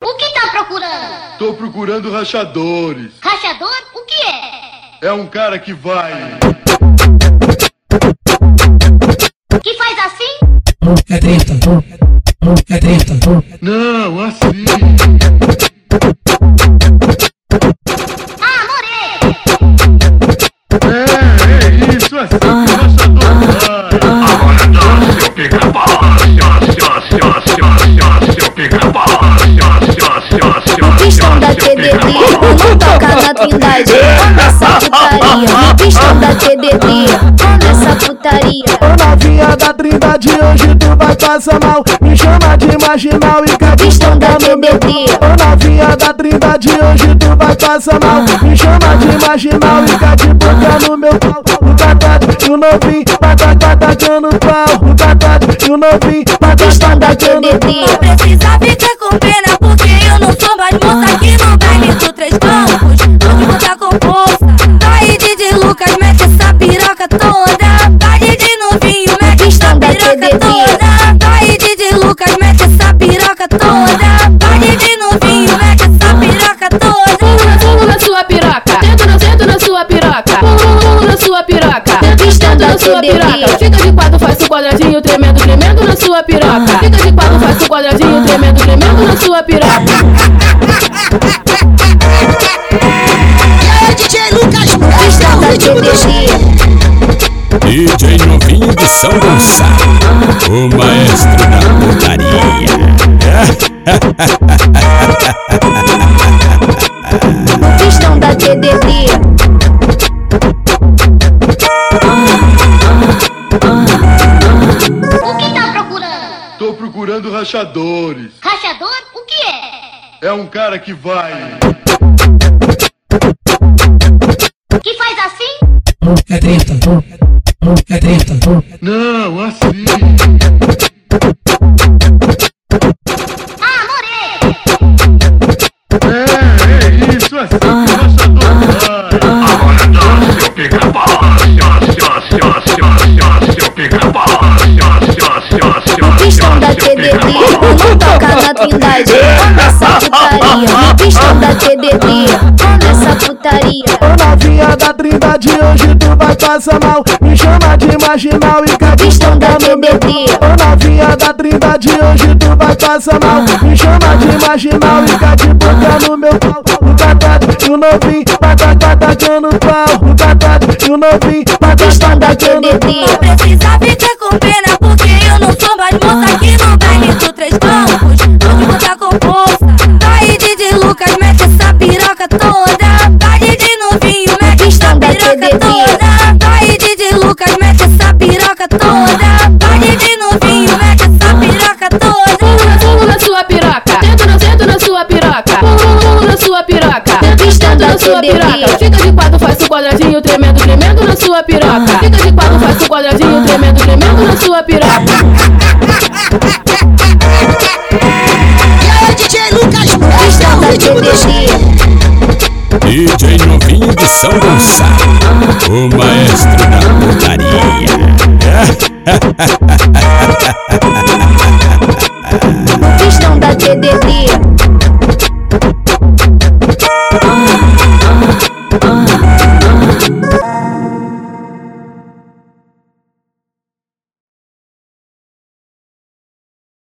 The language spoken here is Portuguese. tá Tô procurando rachadores. Rachador? O que é? É um cara que vai. Que faz assim? É treta. É treta. Não, assim. Ah, morei! É, é isso, assim que o rachador vai. O pistão da TDD quando toca na trindade Toma essa putaria O pistão da TDD Toma essa putaria Ô novinha da trindade, hoje tu vai passar mal Me chama de marginal e quer Pistão da TDD Ô novinha da trindade, hoje tu vai passar mal Me chama de marginal e quer te botar no meu pau O tatati e o novinho, tá, batata tacando pau O tatati e o novinho, batata Pistão da tacando TDD pau Precisa ficar com pena porque eu não sou mais moça que não baile do três bancos. Vou te botar com força. Vai de de Lucas, mete essa piroca toda. Vai de de novinho, mete essa piroca toda. Vai de de Lucas, mete essa piroca toda. Vai de de novinho, mete essa piroca Pulo toda. na, pulo na sua piroca, sento na, sento na sua piroca, pulo, pulo na sua piroca, sento, sento na sua piroca. Fica de quatro, faz um quadradinho, tremendo, tremendo na sua piroca. Fica de quatro, faz um quadradinho, tremendo, tremendo na sua piroca. Pistão da TDD DJ novinho de São Gonçalo, o maestro da putaria. O pistão da TDD O que tá procurando? Tô procurando rachadores. Rachador? O que é? É um cara que vai. Que faz assim? É treta. É treta. Não, assim. Ah, morei! É, é isso, assim que o rachador vai. O pistão da TDD quando toca na trindade Toma essa putaria O pistão da TDD Toma essa putaria Ô novinha da trindade, hoje tu vai passar mal Me chama de marginal e quer Pistão da TDD Ô novinha da trindade, hoje tu vai passar mal Me chama de marginal e quer te botar no meu pau O tatati e o novinho, tá, batata tacando pau O tatati e o novinho, batata Pistão da tacando TDD pau Precisa ficar com pena porque eu não sou mais moça que não baile do três bancos. Vou te botar com força. Vai de de Lucas, mete essa piroca toda. Vai de de novinho, mete essa Pistão da piroca TDD. toda. Vai de de Lucas, mete essa piroca toda. Vai de de novinho, mete essa piroca Pulo toda. na, pulo na sua piroca, sento na, sento na sua piroca, pulo, pulo na sua piroca, sento, sento na sua piroca. Fica de quatro, faz um quadradinho, tremendo, tremendo na sua piroca. Fica de quatro, faz um quadradinho, tremendo, tremendo na sua piroca. Pistão da TDD DJ novinho de São Gonçalo, o maestro da putaria.